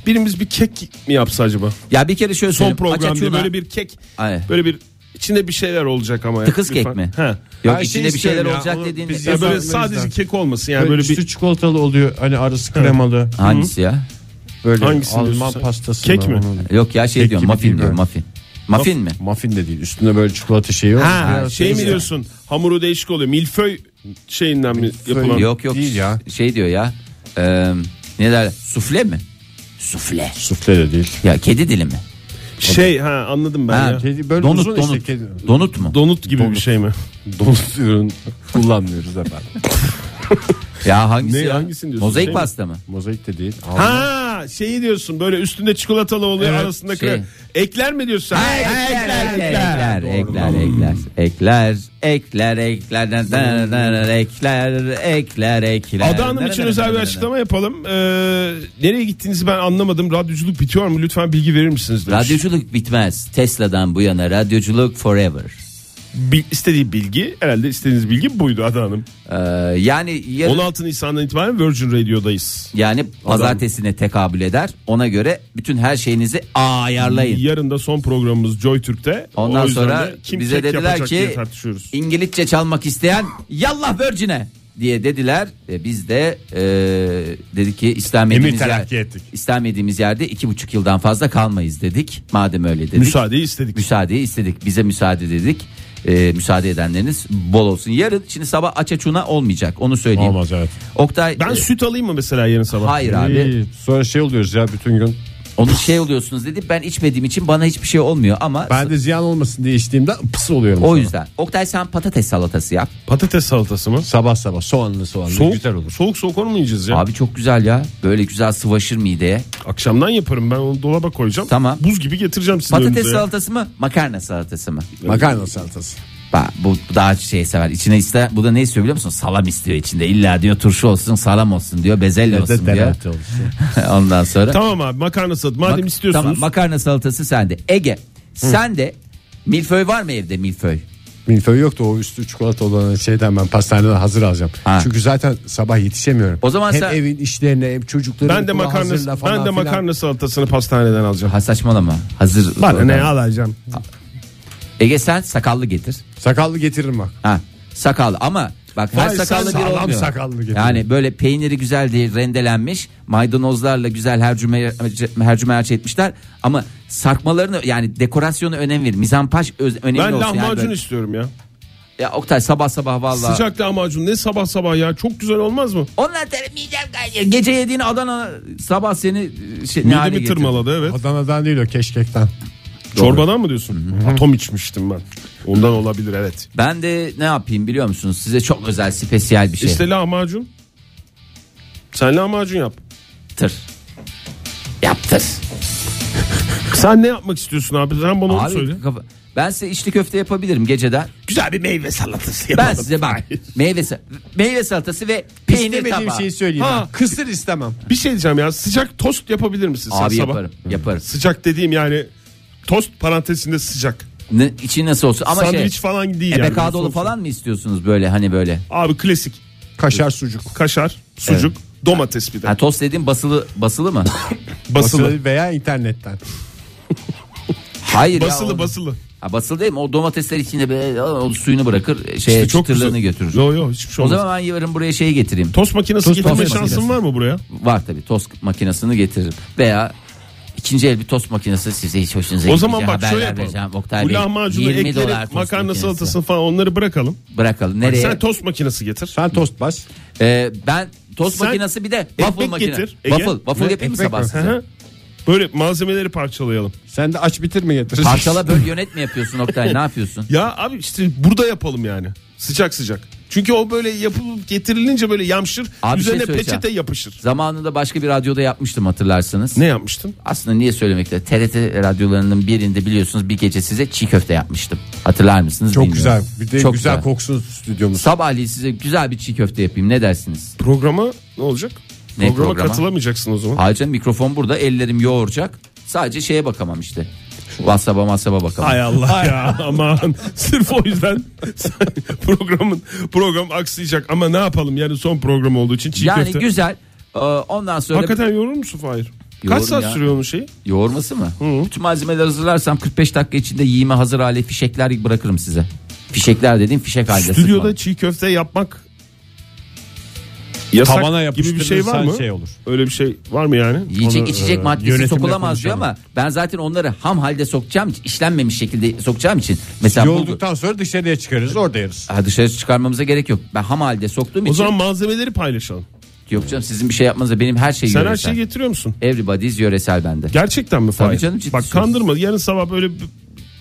birimiz bir kek mi yapsa acaba? Ya bir kere şöyle Son söyleyeyim. program diye Paçaçurna- böyle bir kek. Aynen. Böyle bir içinde bir şeyler olacak ama. ya. Tıkız kek Lütfen. mi? He. Yok Her şey içinde bir şeyler istiyorum ya. olacak Onu dediğin biz Ya böyle Yapabiliriz sadece de. kek olmasın yani Böyle, böyle, üstü bir çikolatalı oluyor hani arası kremalı hangisi ya? böyle Hangisini diyorsun Alman sen? pastası Kek mi? Onun- Yok ya şey Kek diyorum gibi muffin değil diyorum böyle. muffin. Muffin mi? Muffin de değil üstünde böyle çikolata şeyi var. ha, Biraz şey mi şey diyorsun hamuru değişik oluyor milföy şeyinden mi yapılan? Yok yok Değil ya. şey diyor ya. Eee ne derler? Sufle mi? Sufle. Sufle de değil. Ya kedi dili mi? Şey ha anladım ben Ha. ya. Kedi böyle donut uzun donut. işte kedi. Donut mu? Donut gibi bir şey mi? Donut ürün kullanmıyoruz efendim. ya hangisi? Ne, ya? hangisini diyorsun? Mozaik Şey mi? pasta mı? Mozaik de değil. Ha şeyi diyorsun böyle üstünde çikolatalı oluyor Evet, arasında şey. kre- ekler mi diyorsun? sen? Ekler ekler ekler ekler ekler ekler ekler ekler ekler ekler ekler Ada Hanım için özel bir açıklama yapalım. Ee, nereye gittiğinizi ben anlamadım. Radyoculuk bitiyor mu? Lütfen bilgi verir misiniz? Demiş. Radyoculuk bitmez. Tesla'dan bu yana radyoculuk forever. Bil- istediği bilgi herhalde istediğiniz bilgi buydu Ada Hanım. Ee, yani yarın- 16 Nisan'dan itibaren Virgin Radio'dayız. yani pazartesine tekabül eder. Ona göre bütün her şeyinizi ayarlayın. Yarın da son programımız Joy Türk'te. Ondan O yüzden sonra de kim bize kek dediler yapacak diye ki tartışıyoruz. İngilizce çalmak isteyen yallah Virgin'e diye dediler. Ve biz de e, dedik ki istemediğimiz, Emir yer- telakki ettik. istemediğimiz yerde iki buçuk yıldan fazla kalmayız dedik. Madem öyle dedik. Müsaadeyi istedik. Müsaadeyi istedik. Bize müsaade dedik. E, müsaade edenleriniz bol olsun. Yarın şimdi sabah açaçuna olmayacak. Onu söyleyeyim. Olmaz evet. Oktay Ben e, süt alayım mı mesela yarın sabah? hayır abi. İyi, sonra şey oluyoruz ya bütün gün Onu şey oluyorsunuz dedi. Ben içmediğim için bana hiçbir şey olmuyor ama Ben de ziyan olmasın diye içtiğimde pıs oluyorum. o sonra. yüzden. Oktay sen patates salatası yap. Patates salatası mı? Sabah sabah soğanlı soğanlı Soğuk, güzel olur. soğuk soğuk onu mu yiyeceğiz ya? Abi çok güzel ya. Böyle güzel sıvaşır mideye. Akşamdan yaparım ben onu dolaba koyacağım. Tamam. Buz gibi getireceğim sizin Patates önünüze ya. salatası mı? Makarna salatası mı? Makarna salatası. Bak bu bu daha şey sever. İçine iste. Bu da ne istiyor biliyor musun? Salam istiyor içinde. İlla diyor turşu olsun, salam olsun diyor, bezelye olsun diyor. Denelte olsun. <laughs> Ondan sonra Tamam abi makarna salatası. Madem Mak- istiyorsunuz. Tamam, makarna salatası sende. Ege, sen de milföy var mı evde milföy? Milföy yoktu o üstü çikolata olan şeyden ben pastaneden hazır alacağım. Ha. Çünkü zaten sabah yetişemiyorum. O zaman hem sen- evin işlerine hem çocukların ben de okula makarna hazırla ben de falan filan. makarna salatasını pastaneden alacağım. Ha saçmalama. Hazır. Bana ne Oradan. alacağım? Ege sen sakallı getir. Sakallı getiririm bak. Ha sakallı ama bak her Vay, sen sakallı bir sağlam olmuyor. sakallı getir. yani böyle peyniri güzel diye rendelenmiş maydanozlarla güzel hercüme hercümerç etmişler ama sarkmalarını yani dekorasyonu önem verir. Mizampaş öz, önemli Ben olsun. yani lahmacun böyle. istiyorum ya. Ya Oktay sabah sabah vallahi. Sıcak lahmacun ne sabah sabah ya çok güzel olmaz mı? Onlar terim yiyeceğim gayet. Gece yediğin Adana sabah seni şey, ne hale Midemi getirdi? tırmaladı evet. Adana'dan değil o keşkekten. Çorbadan mı diyorsun? Atom içmiştim ben. Ondan olabilir evet. Ben de ne yapayım biliyor musunuz? Size çok özel spesiyel bir şey. İşte lahmacun. Sen lahmacun yap. Tır. Yaptır. Sen ne yapmak istiyorsun abi? Sen bana onu Abi, söyle. kafa- Ben size içli köfte yapabilirim geceden. Güzel bir meyve salatası Ben size bak meyve, sa- meyve salatası ve peynir İstemediğim tabağı. şeyi söyleyeyim. Ha. ben. Kısır istemem. Bir şey diyeceğim ya sıcak tost yapabilir misin sen Abi sabah? yaparım yaparım. Sıcak dediğim yani tost parantezinde sıcak. Ne, içi nasıl olsun ama Sandviç şey. falan değil yani. EBK Nasıl dolu olsun? falan mı istiyorsunuz böyle hani böyle? Abi klasik. Kaşar sucuk. Kaşar, sucuk, domates bir de. Ha, tost dediğim basılı basılı mı? basılı. Basılı veya internetten. Hayır ya, Basılı oğlum. basılı. Ha, basılı değil mi? O domatesler içinde böyle o suyunu bırakır şeye İşte Şey, çıtırlığını güzel. götürür. Yo yo hiçbir şey O olmaz. zaman ben yarın buraya şeyi getireyim. Tost makinesi Tost- getirme tost şansın makinesi. var mı buraya? Var tabi tost makinesini getiririm. Veya ikinci el bir tost makinesi size hiç hoşunuza O zaman gitmeyeceği bak şöyle haberler yapalım. vereceğim. Oktay Bu Bey, lahmacunu 20 ekleri dolar tost makarna makinesi. salatası falan onları bırakalım. Bırakalım. Nereye? Sen tost makinesi getir. Sen tost bas. Ee, ben tost Sen makinesi bir de waffle ekmek makinesi. getir, Ege. Waffle, waffle Ne? yapayım mı Ekmek sabah mi? Hı size? hı. Böyle malzemeleri parçalayalım. Sen de aç bitir mi getirirsin? Parçala böl yönet mi yapıyorsun Oktay? ne <laughs> yapıyorsun? Ya abi işte burada yapalım yani. Sıcak sıcak. Çünkü o böyle yapılıp getirilince böyle yamşır. Abi bir şey üzerine söyleyeceğim. peçete yapışır. Zamanında başka bir radyoda yapmıştım hatırlarsınız. Ne yapmıştın? Aslında niye söylemekte? TRT radyolarının birinde biliyorsunuz bir gece size çiğ köfte yapmıştım. Hatırlar mısınız? Çok bilmiyorum. güzel. Bir de Çok güzel, koksun stüdyomuz. Sabahleyin size güzel bir çiğ köfte yapayım. Ne dersiniz? Programa ne olacak? Ne programa, programa? katılamayacaksın o zaman. Ayrıca mikrofon burada. Ellerim yoğuracak. Sadece şeye bakamam işte. WhatsApp'a WhatsApp'a bakamam. Hay Allah ya <laughs> aman sırf o yüzden <laughs> programın program aksayacak ama ne yapalım yani son program olduğu için çiğ yani köfte. güzel. Ee, ondan sonra Hakikaten yorulur musun Fahir? Yorurum Kaç saat ya. sürüyor onun şeyi? yoğurması mı? Bütün malzemeleri hazırlarsam 45 dakika içinde yiyime hazır hale fişekler bırakırım size. Fişekler dediğim fişek halde. Stüdyoda sıkma. çiğ köfte yapmak yasak Tavana gibi bir şey var yapıştırırsan mı? şey olur. Öyle bir şey var mı yani? Yiyecek Onu, içecek e, maddesi yönetimle sokulamaz diyor ama konuşalım. ben zaten onları ham halde sokacağım için, işlenmemiş şekilde sokacağım için mesela bulgur- Yolduktan sonra dışarıya çıkarız orada yeriz. Ha, dışarı çıkarmamıza gerek yok. Ben ham halde soktuğum O için zaman malzemeleri paylaşalım. yok canım sizin bir şey yapmanıza benim her şey Sen her yöresel. şeyi getiriyor musun? Everybody's yöresel bende. Gerçekten mi Fahir? canım, ciddi Bak söylüyorum. kandırma yarın sabah böyle bir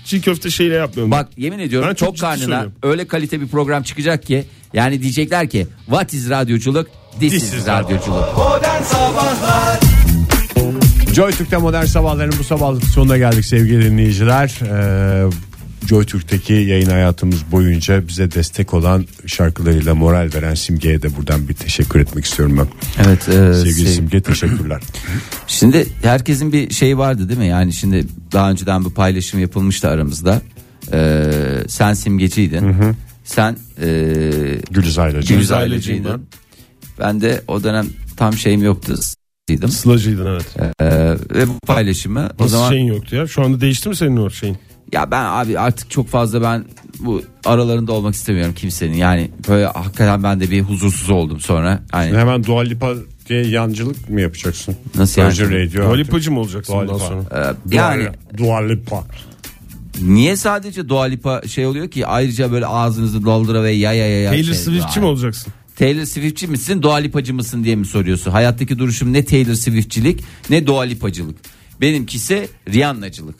çiğ köfte şeyle yapmıyorum. Bak yemin ediyorum Ben çok çok ciddi karnına söylüyorum. öyle kalite bir program çıkacak ki yani diyecekler ki what is radyoculuk this, is, radyoculuk. Joy Türk'te modern sabahların bu sabahlık sonuna geldik sevgili dinleyiciler. Ee, Joy Türk'teki yayın hayatımız boyunca bize destek olan şarkılarıyla moral veren Simge'ye de buradan bir teşekkür etmek istiyorum ben. Evet e, Sevgili sev- Simge teşekkürler. Şimdi herkesin bir şeyi vardı değil mi? Yani şimdi daha önceden bir paylaşım yapılmıştı aramızda. Ee, sen simgeciydin. Sen e, Gülüz <clears throat> Aylacı. Gülüz Aileciyim aileciydin. Ben de o dönem tam şeyim yoktu. s**tiydim. Sılacıydın evet. Ee, ve bu paylaşımı o Nasıl şey? zaman şeyin yoktu ya? Şu anda değişti mi senin o şeyin? ya ben abi artık çok fazla ben bu aralarında olmak istemiyorum kimsenin. Yani böyle hakikaten ben de bir huzursuz oldum sonra. Hani, Yani Hemen Dua Lipa diye yancılık mı yapacaksın? Nasıl yani? Virgin Radio. Dua artık. Lipacı mı olacaksın Dua ondan Lipa. sonra? e, Dua- yani Dua Lipa. Niye sadece Dua Lipa şey oluyor ki ayrıca böyle ağzınızı doldura ve ya ya ya ya. Taylor şey- Swift'çi mi olacaksın? Taylor Swift'çi misin Dua Lipacı mısın diye mi soruyorsun? Hayattaki duruşum ne Taylor Swift'çilik ne Dua Lipacılık. Benimkisi Rihanna'cılık.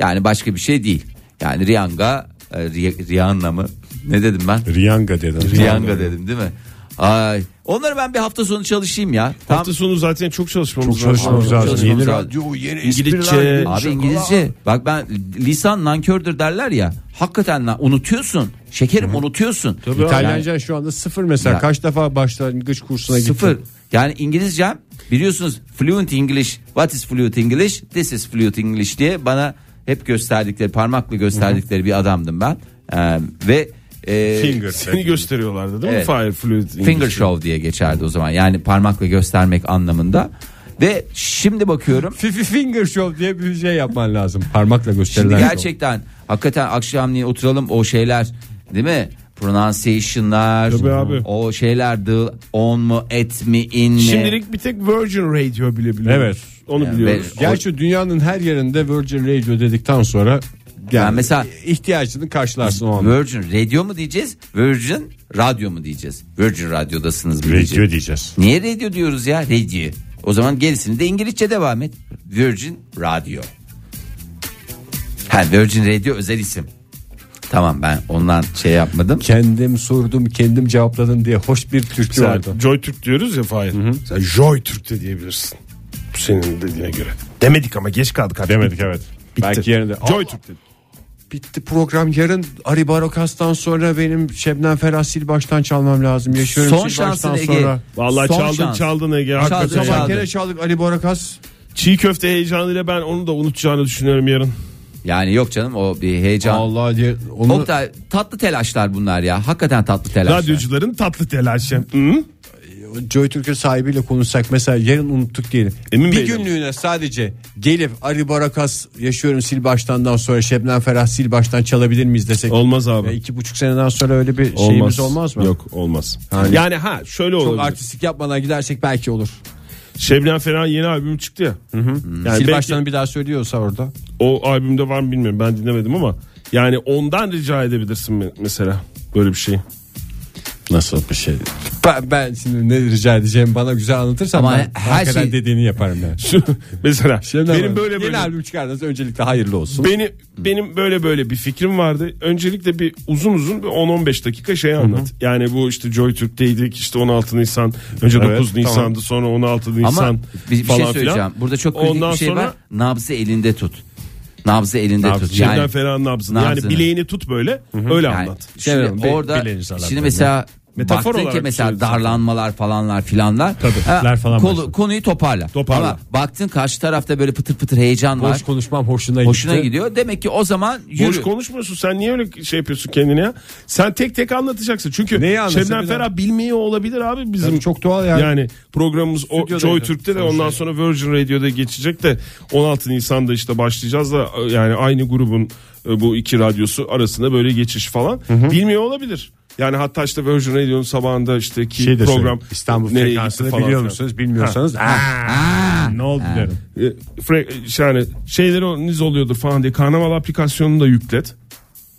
Yani başka bir şey değil. Yani Rihanna, e, Ri- Rihanna mı? Ne dedim ben? Riyanga dedin. Rihanna dedim değil mi? Ay. Onları ben bir hafta sonu çalışayım ya. Tamam. Hafta sonu zaten çok çalışmamız Çok çalışmamız Çok lazım. Yeni çalışmamız radyo, yeni İngilizce. espriler. Abi İngilizce. Bak ben lisan nankördür derler ya. Hakikaten lan unutuyorsun. Şekerim unutuyorsun. İtalyanca şu anda sıfır mesela. Ya. Kaç defa başlangıç kursuna gittin? Sıfır. Yani İngilizcem biliyorsunuz fluent English. What is fluent English? This is fluent English diye bana hep gösterdikleri parmakla gösterdikleri bir adamdım ben. Ee, ve e, Finger. Seni gösteriyorlardı değil mi? Evet. Fire Fluid finger show diye geçerdi o zaman. Yani parmakla göstermek anlamında. Ve şimdi bakıyorum Fifi finger show diye bir şey yapman lazım. Parmakla gösterilen. şey. Şimdi show. gerçekten hakikaten akşamleyin oturalım o şeyler değil mi? Pronunciation'lar, Tabii abi. o şeyler the on mu et mi in mi? Şimdilik bir tek Virgin Radio bile biliyorum. Evet. Onu Yani biliyoruz. ben- Gerçi dünyanın her yerinde Virgin Radio dedikten sonra yani Yani mesela- ihtiyacını karşılarsın o anda. Virgin Radio mu diyeceğiz? Virgin Radyo mu diyeceğiz? Virgin Radyo'dasınız mı diyeceğiz? diyeceğiz. Niye radio diyoruz ya? Radio. O zaman gerisini de İngilizce devam et. Virgin Radio. Ha Virgin Radio özel isim. Tamam ben ondan şey yapmadım. Kendim sordum kendim cevapladım diye hoş bir türkü Sen şey vardı. Joy Türk diyoruz ya Fahir. Sen Joy Türk de diyebilirsin. Bu Senin dediğine göre. Demedik ama geç kaldık artık. Demedik evet. Belki yerinde. Joy Türk dedi. Bitti program yarın Ari Barokas'tan sonra benim Şebnem Ferah Silbaş'tan çalmam lazım. Yaşıyorum Son Silbaş'tan şansın Ege. şey sonra. Vallahi Son çaldın şans. çaldın Ege. Çaldın, Hakikaten çaldın. ya. Sabah kere çaldık Ali Barakas. Çiğ köfte heyecanıyla ben onu da unutacağını düşünüyorum yarın. Yani yok canım o bir heyecan. Allah diye onu Oktay tatlı telaşlar bunlar ya. Hakikaten tatlı telaşlar. Radyocuların tatlı telaşı. Hı? Joy Türk'ün sahibiyle konuşsak mesela yarın unuttuk diyelim. Emin bir Bey'le mi? günlüğüne sadece gelip Ali Barakas yaşıyorum sil baştandan sonra Şebnem Ferah sil baştan çalabilir miyiz desek. Olmaz abi. E, iki buçuk seneden sonra öyle bir şeyimiz olmaz mı? Yok olmaz. Yani, Yani- ha şöyle Çok olabilir. artistik yapmadan gidersek belki olur. Şebnem Ferah'ın yeni albümü çıktı ya. Yani sil belki baştanı bir daha söylüyorsa orada. o albümde var mı bilmiyorum. Ben dinlemedim ama yani ondan rica edebilirsin me- mesela böyle bir şey. Nasıl bir şey? Ben, ben şimdi ne rica edeceğim bana güzel anlatırsan Ama ben her her şey- dediğini yaparım yani. <laughs> mesela Şebnem benim Hanım, böyle yeni böyle albüm çıkardınız öncelikle hayırlı olsun. Benim benim böyle böyle bir fikrim vardı. Öncelikle bir uzun uzun bir 10-15 dakika şey anlat. Yani bu işte Joy Türk'teydik. işte 16 Nisan, önce Evet, 9 tamam. Nisan'dı, sonra 16 Nisan Ama bir, bir şey falan söyleyeceğim. filan. Burada çok kritik Ondan bir şey sonra var. Nabzı elinde tut. Nabzı elinde tut. Şebnem Ferah'ın nabzını. Yani nabzını. bileğini tut böyle. Öyle yani anlat. şimdi Şebnem, be- orada bileğini sallar şimdi tabii. mesela Metafor baktın olarak şey ki mesela söylüyorsun. darlanmalar falanlar filanlar. Ha, ler falan kolu- başladı. konuyu toparla. Toparla. Ama baktın karşı tarafta böyle pıtır pıtır heyecan var. Boş konuşmam hoşuna, Hoşuna gitti. gidiyor. Demek ki o zaman yürü. Boş konuşmuyorsun. Sen niye öyle şey yapıyorsun kendine ya? Sen tek tek anlatacaksın. Çünkü Neyi anlatayım Şebnem bir daha? Ferah bilmiyor olabilir abi bizim. Tabii çok doğal yani. Yani programımız o Stüdyodaydı. şey. Joy Türk'te de ondan sonra Virgin Radio'da geçecek de 16 Nisan'da işte başlayacağız da yani aynı grubun e, bu iki radyosu arasında böyle geçiş falan. Bilmiyor olabilir. Yani hatta işte Virgin Radio'nun sabahında işte ki Şey de program söyleyeyim, İstanbul nereye gitti frekansını falan biliyor filan. musunuz? Bilmiyorsanız "Aa, ne oldu derim. E, fre- e, yani şeyleriniz oluyordur falan diye karnaval aplikasyonunu da yüklet.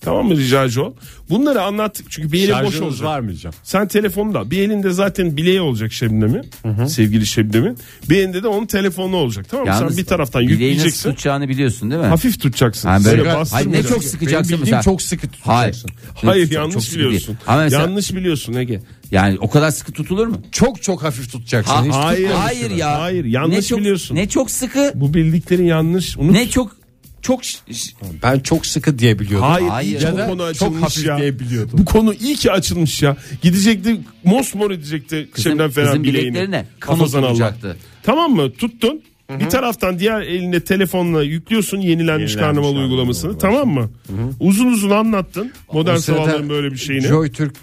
Tamam mı ricacı ol. Bunları anlattık çünkü bir elin boş Şarjınız olacak. var mı diyeceğim. Sen telefonda bir elinde zaten bileği olacak Şebnem'in sevgili Şebnem'in bir elinde de onun telefonu olacak tamam mı? Yalnız Sen bir taraftan bileğini nasıl yükleyeceksin tutacağını biliyorsun değil mi? hafif tutacaksın. Ha, Böyle böyle- Hayır, bastırmayacaksın. ne çok sıkacaksın Benim bildiğim mesela. çok sıkı Hayır. tutacaksın. Hayır Çok- çok yanlış sıkı değil. biliyorsun. Ama mesela- Yanlış biliyorsun Ege. Yani o kadar sıkı tutulur mu? Çok çok hafif tutacaksın. Ha- Hiç hayır. tutmuyorsun. hayır ya. Hayır, yanlış ne çok, biliyorsun. Ne çok sıkı Bu bildiklerin yanlış. Unut. ne çok çok ş- ş- Ben çok sıkı diye biliyordum. Hayır, Hayır. iyi ki Ya bu da konu çok açılmış hafif ya. diye biliyordum. Bu konu iyi ki açılmış ya. Gidecekti mosmor edecekti Kızın- Şebnem Ferah kızın bileğini. bileklerine kan Kafasına Allah. oturacaktı. Tamam mı? Tuttun. Bir taraftan diğer eline telefonla yüklüyorsun yenilenmiş, karnaval karnaval uygulamasını. Tamam mı? Uzun uzun anlattın. Modern O sırada sabahların böyle bir şeyini. Joy Türk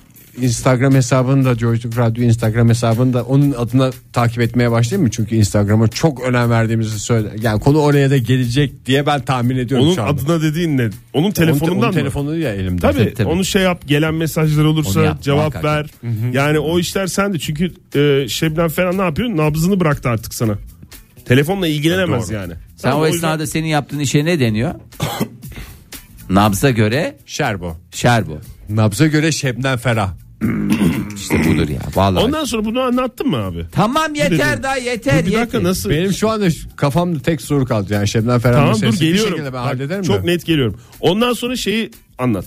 Instagram hesabını da Joy Türk Radyo Instagram hesabını da onun adına takip etmeye başlayayım mı? Çünkü Instagram'a çok önem verdiğimizi söyle. Yani konu oraya da gelecek diye ben tahmin ediyorum Onun şu anda. adına dediğin ne? Onun Onun- telefonundan onun mı? telefonu ya elimde. Tabii, Tabii, tabii. onu şey yap gelen mesajlar olursa Onu yap, cevap muhakkak. ver. Yani o işler sende çünkü e, Şebnem Ferah ne yapıyor? Nabzını bıraktı artık sana. Telefonla ilgilenemez Doğru. yani. sen Tamam, o yüzden- esnada senin yaptığın işe ne deniyor? Nabza göre Şerbo. şer bu. Nabza göre Şebnem Ferah. İşte budur ya. Vallahi. Ondan sonra bunu anlattın mı abi? Tamam yeter Dedim. daha yeter. Bir dakika yeter. nasıl? Benim şu anda şu- kafamda tek soru kaldı. Yani Şebnem Ferah Tamam meselesi. dur Bir geliyorum. şekilde ben Bak, hallederim çok de. net geliyorum. Ondan sonra şeyi anlat.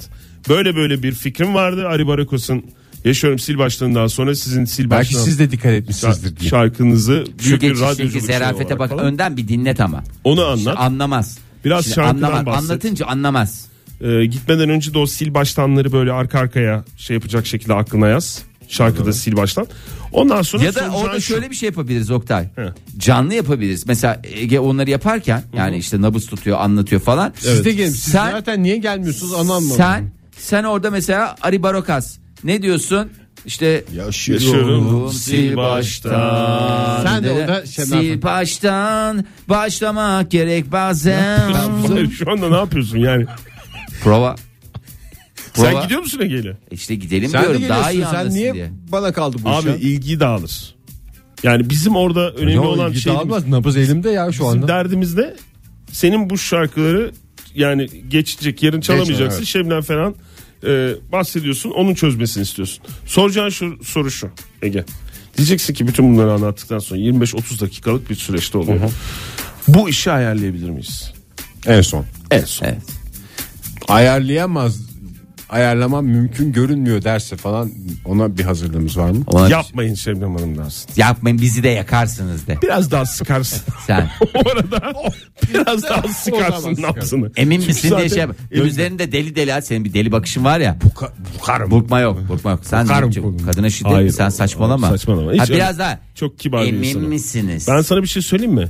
Böyle böyle bir fikrim vardı Ari Barakos'un Yaşıyorum sil başlığından sonra sizin sil Belki başlığından siz de dikkat etmişsinizdir diye. şarkınızı Şu büyük bir geçişteki radyoculuk şey zerafete olarak bak falan. önden bir dinlet ama. Onu anlat. Anlamaz. Biraz şarkıdan anlamaz. bahset. Anlatınca anlamaz. Ee, gitmeden önce de o sil baştanları böyle arka arkaya şey yapacak şekilde aklına yaz. Şarkıda sil baştan. Ondan sonra Ya da soracağın orada şu. şöyle bir şey yapabiliriz Oktay. He. Canlı yapabiliriz. Mesela Ege onları yaparken yani işte nabız tutuyor, anlatıyor falan. Siz de gelin. Siz Sen- zaten niye gelmiyorsunuz anlamadım. Sen sen orada mesela Ari Barokas ne diyorsun? İşte Yaşıyorum sil baştan. Sen de orada şey Şebnem sil Ferah. baştan başlamak gerek bazen. <laughs> şu anda ne yapıyorsun yani? Prova. Sen Prova. gidiyor musun Ege'li? İşte gidelim Sen de diyorum daha iyi geliyorsun. Sen anlasın niye diye. bana kaldı bu Abi iş? ya? ilgi dağılır. Yani bizim orada önemli Ya o olan ilgi şey dağılmaz. Nabız elimde ya şu bizim anda. derdimiz ne? Senin bu şarkıları yani geçecek yarın çalamayacaksın. evet. Şebnem falan e, bahsediyorsun onun çözmesini istiyorsun. Soracağın şu, soru şu Ege. Diyeceksin ki bütün bunları anlattıktan sonra 25-30 dakikalık bir süreçte oluyor. Bu işi ayarlayabilir miyiz? En son. En son. Evet. Ayarlayamaz ayarlamam mümkün görünmüyor derse falan ona bir hazırlığımız var mı? Ona Yapmayın Şebnem Hanım dersin. yapmayın bizi de yakarsınız de. Biraz daha sıkarsın. <laughs> Sen. o arada <laughs> biraz daha sıkarsın nabzını. Emin Çünkü misin diye zaten şey yap. elinde- Gözlerinde deli deli ha, senin bir deli bakışın var ya. Bukarım. Burkma yok, burkma yok. Sen Bakarım Cem- koluna. kadına şiddet Hayır, mi? Sen saçmalama. saçmalama. Ha, Hiç biraz öyle- daha. Çok kibar bir Emin insanım. misiniz? Ben sana bir şey söyleyeyim mi?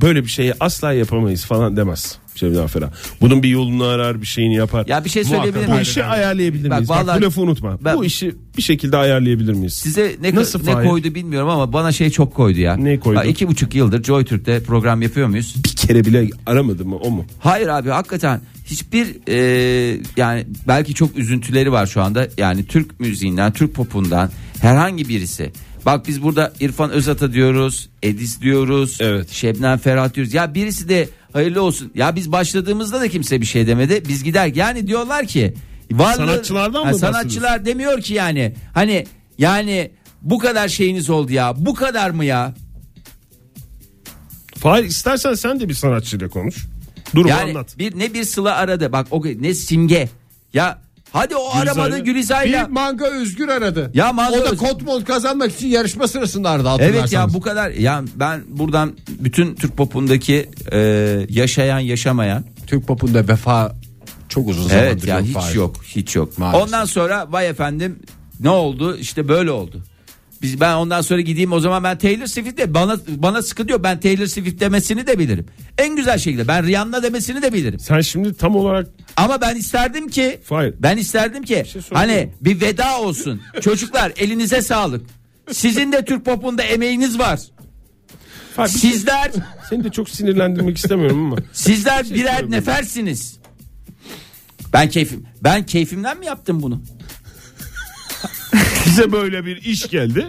Böyle bir şeyi asla yapamayız falan demez Şevda Ferah. Bunun bir yolunu arar bir şeyini yapar. Ya bir şey söyleyebilir Bu miyim? işi ayarlayabilir Bak miyiz? Bak, vallahi- bu lafı unutma. Ben- bu işi bir şekilde ayarlayabilir miyiz? Size ne, Nasıl ne Fahir? koydu bilmiyorum ama bana şey çok koydu ya. Ne koydu? Ha, iki buçuk yıldır JoyTürk'te program yapıyor muyuz? bir kere bile aramadı mı o mu? Hayır abi hakikaten hiçbir e, yani belki çok üzüntüleri var şu anda. Yani Türk müziğinden, Türk popundan herhangi birisi. Bak biz burada İrfan Özata diyoruz, Edis diyoruz, Evet. Şebnem Ferhat diyoruz. Ya birisi de hayırlı olsun. Ya biz başladığımızda da kimse bir şey demedi. Biz gider yani diyorlar ki varlığı- Sanatçılardan mı sanatçılar demiyor ki yani. Hani yani bu kadar şeyiniz oldu ya. Bu kadar mı ya? Fahir istersen sen de bir sanatçıyla konuş. Durumu Yani anlat. bir ne bir sıla aradı. Bak o ne simge. Ya hadi o aramadı Bir Gülizay'la. manga özgür aradı. Ya manga o da özgür- kotmol kazanmak için yarışma sırasında aradı Evet ya hatırlarsanız. bu kadar. Ya ben buradan bütün Türk popundaki e, yaşayan yaşamayan. Türk popunda vefa çok uzun zamandır Evet ya hiç Fahir. yok hiç yok. Maalesef. Ondan sonra vay efendim ne oldu? İşte böyle oldu. Biz ben ondan sonra gideyim o zaman ben Taylor Swift de bana bana sıkı diyor. Ben Taylor Swift demesini de bilirim. En güzel şekilde ben Rihanna demesini de bilirim. Sen şimdi tam olarak Ama ben isterdim ki Hayır. ben isterdim ki şey sorayım hani mı? bir veda olsun. Çocuklar elinize sağlık. Sizin de Türk popunda emeğiniz var. Fahir, bir şey- Sizler seni de çok sinirlendirmek <laughs> istemiyorum ama sizler birer söyleyeyim. nefersiniz. Ben keyfim ben keyfimden mi yaptım bunu? bize böyle bir iş geldi.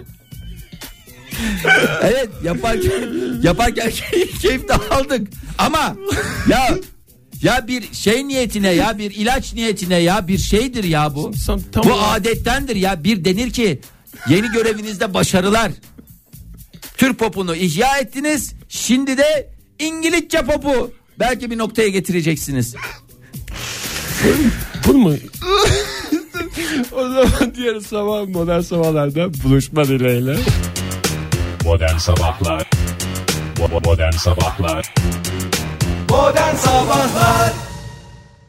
Evet yaparken yaparken keyif de aldık. Ama ya ya bir şey niyetine ya bir ilaç niyetine ya bir şeydir ya bu. Sen tam bu olarak- adettendir ya bir denir ki yeni görevinizde başarılar. Türk popunu ihya ettiniz. Şimdi de İngilizce popu belki bir noktaya getireceksiniz. Bunu mu? <laughs> o zaman diğer sabah modern sabahlarda buluşma dileğiyle. Modern Sabahlar Bo- bo- Modern Sabahlar Modern Sabahlar